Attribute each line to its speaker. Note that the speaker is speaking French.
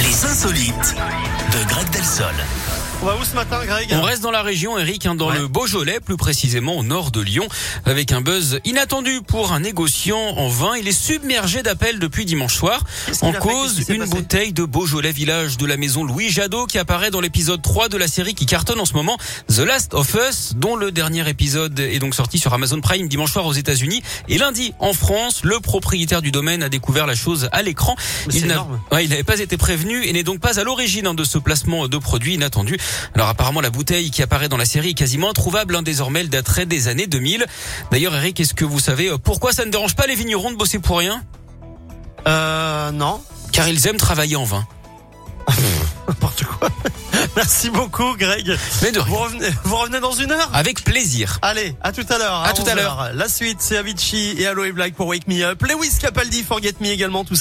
Speaker 1: insolites de Greg Delsol.
Speaker 2: On va où ce matin, Greg
Speaker 3: On reste dans la région, Eric, hein, dans le Beaujolais, plus précisément au nord de Lyon, avec un buzz inattendu pour un négociant en vin. Il est submergé d'appels depuis dimanche soir.
Speaker 2: Qu'est-ce qu'il
Speaker 3: En
Speaker 2: a fait
Speaker 3: cause,
Speaker 2: Qu'est-ce qui s'est
Speaker 3: une
Speaker 2: passé
Speaker 3: bouteille de Beaujolais Village de la maison Louis Jadot qui apparaît dans l'épisode 3 de la série qui cartonne en ce moment, The Last of Us, dont le dernier épisode est donc sorti sur Amazon Prime dimanche soir aux États-Unis et lundi en France. Le propriétaire du domaine a découvert la chose à l'écran.
Speaker 2: Mais c'est
Speaker 3: Il n'a-
Speaker 2: énorme.
Speaker 3: Ouais, il n'avait pas été prévenu et n'est donc pas à l'origine hein, de ce placement de produits inattendu. Alors apparemment, la bouteille qui apparaît dans la série est quasiment introuvable. Hein, désormais, elle daterait des années 2000. D'ailleurs, Eric, est-ce que vous savez euh, pourquoi ça ne dérange pas les vignerons de bosser pour rien
Speaker 2: Euh, non.
Speaker 3: Car ils aiment travailler en vain.
Speaker 2: N'importe quoi. Merci beaucoup, Greg.
Speaker 3: Mais de
Speaker 2: Vous
Speaker 3: rien.
Speaker 2: revenez, vous revenez dans une heure
Speaker 3: Avec plaisir.
Speaker 2: Allez, à tout à l'heure.
Speaker 3: À tout à
Speaker 2: 11 heures. La suite, c'est Avicii et Aloe Black pour Wake Me Up. Lewis Capaldi, Forget Me également, tout ça.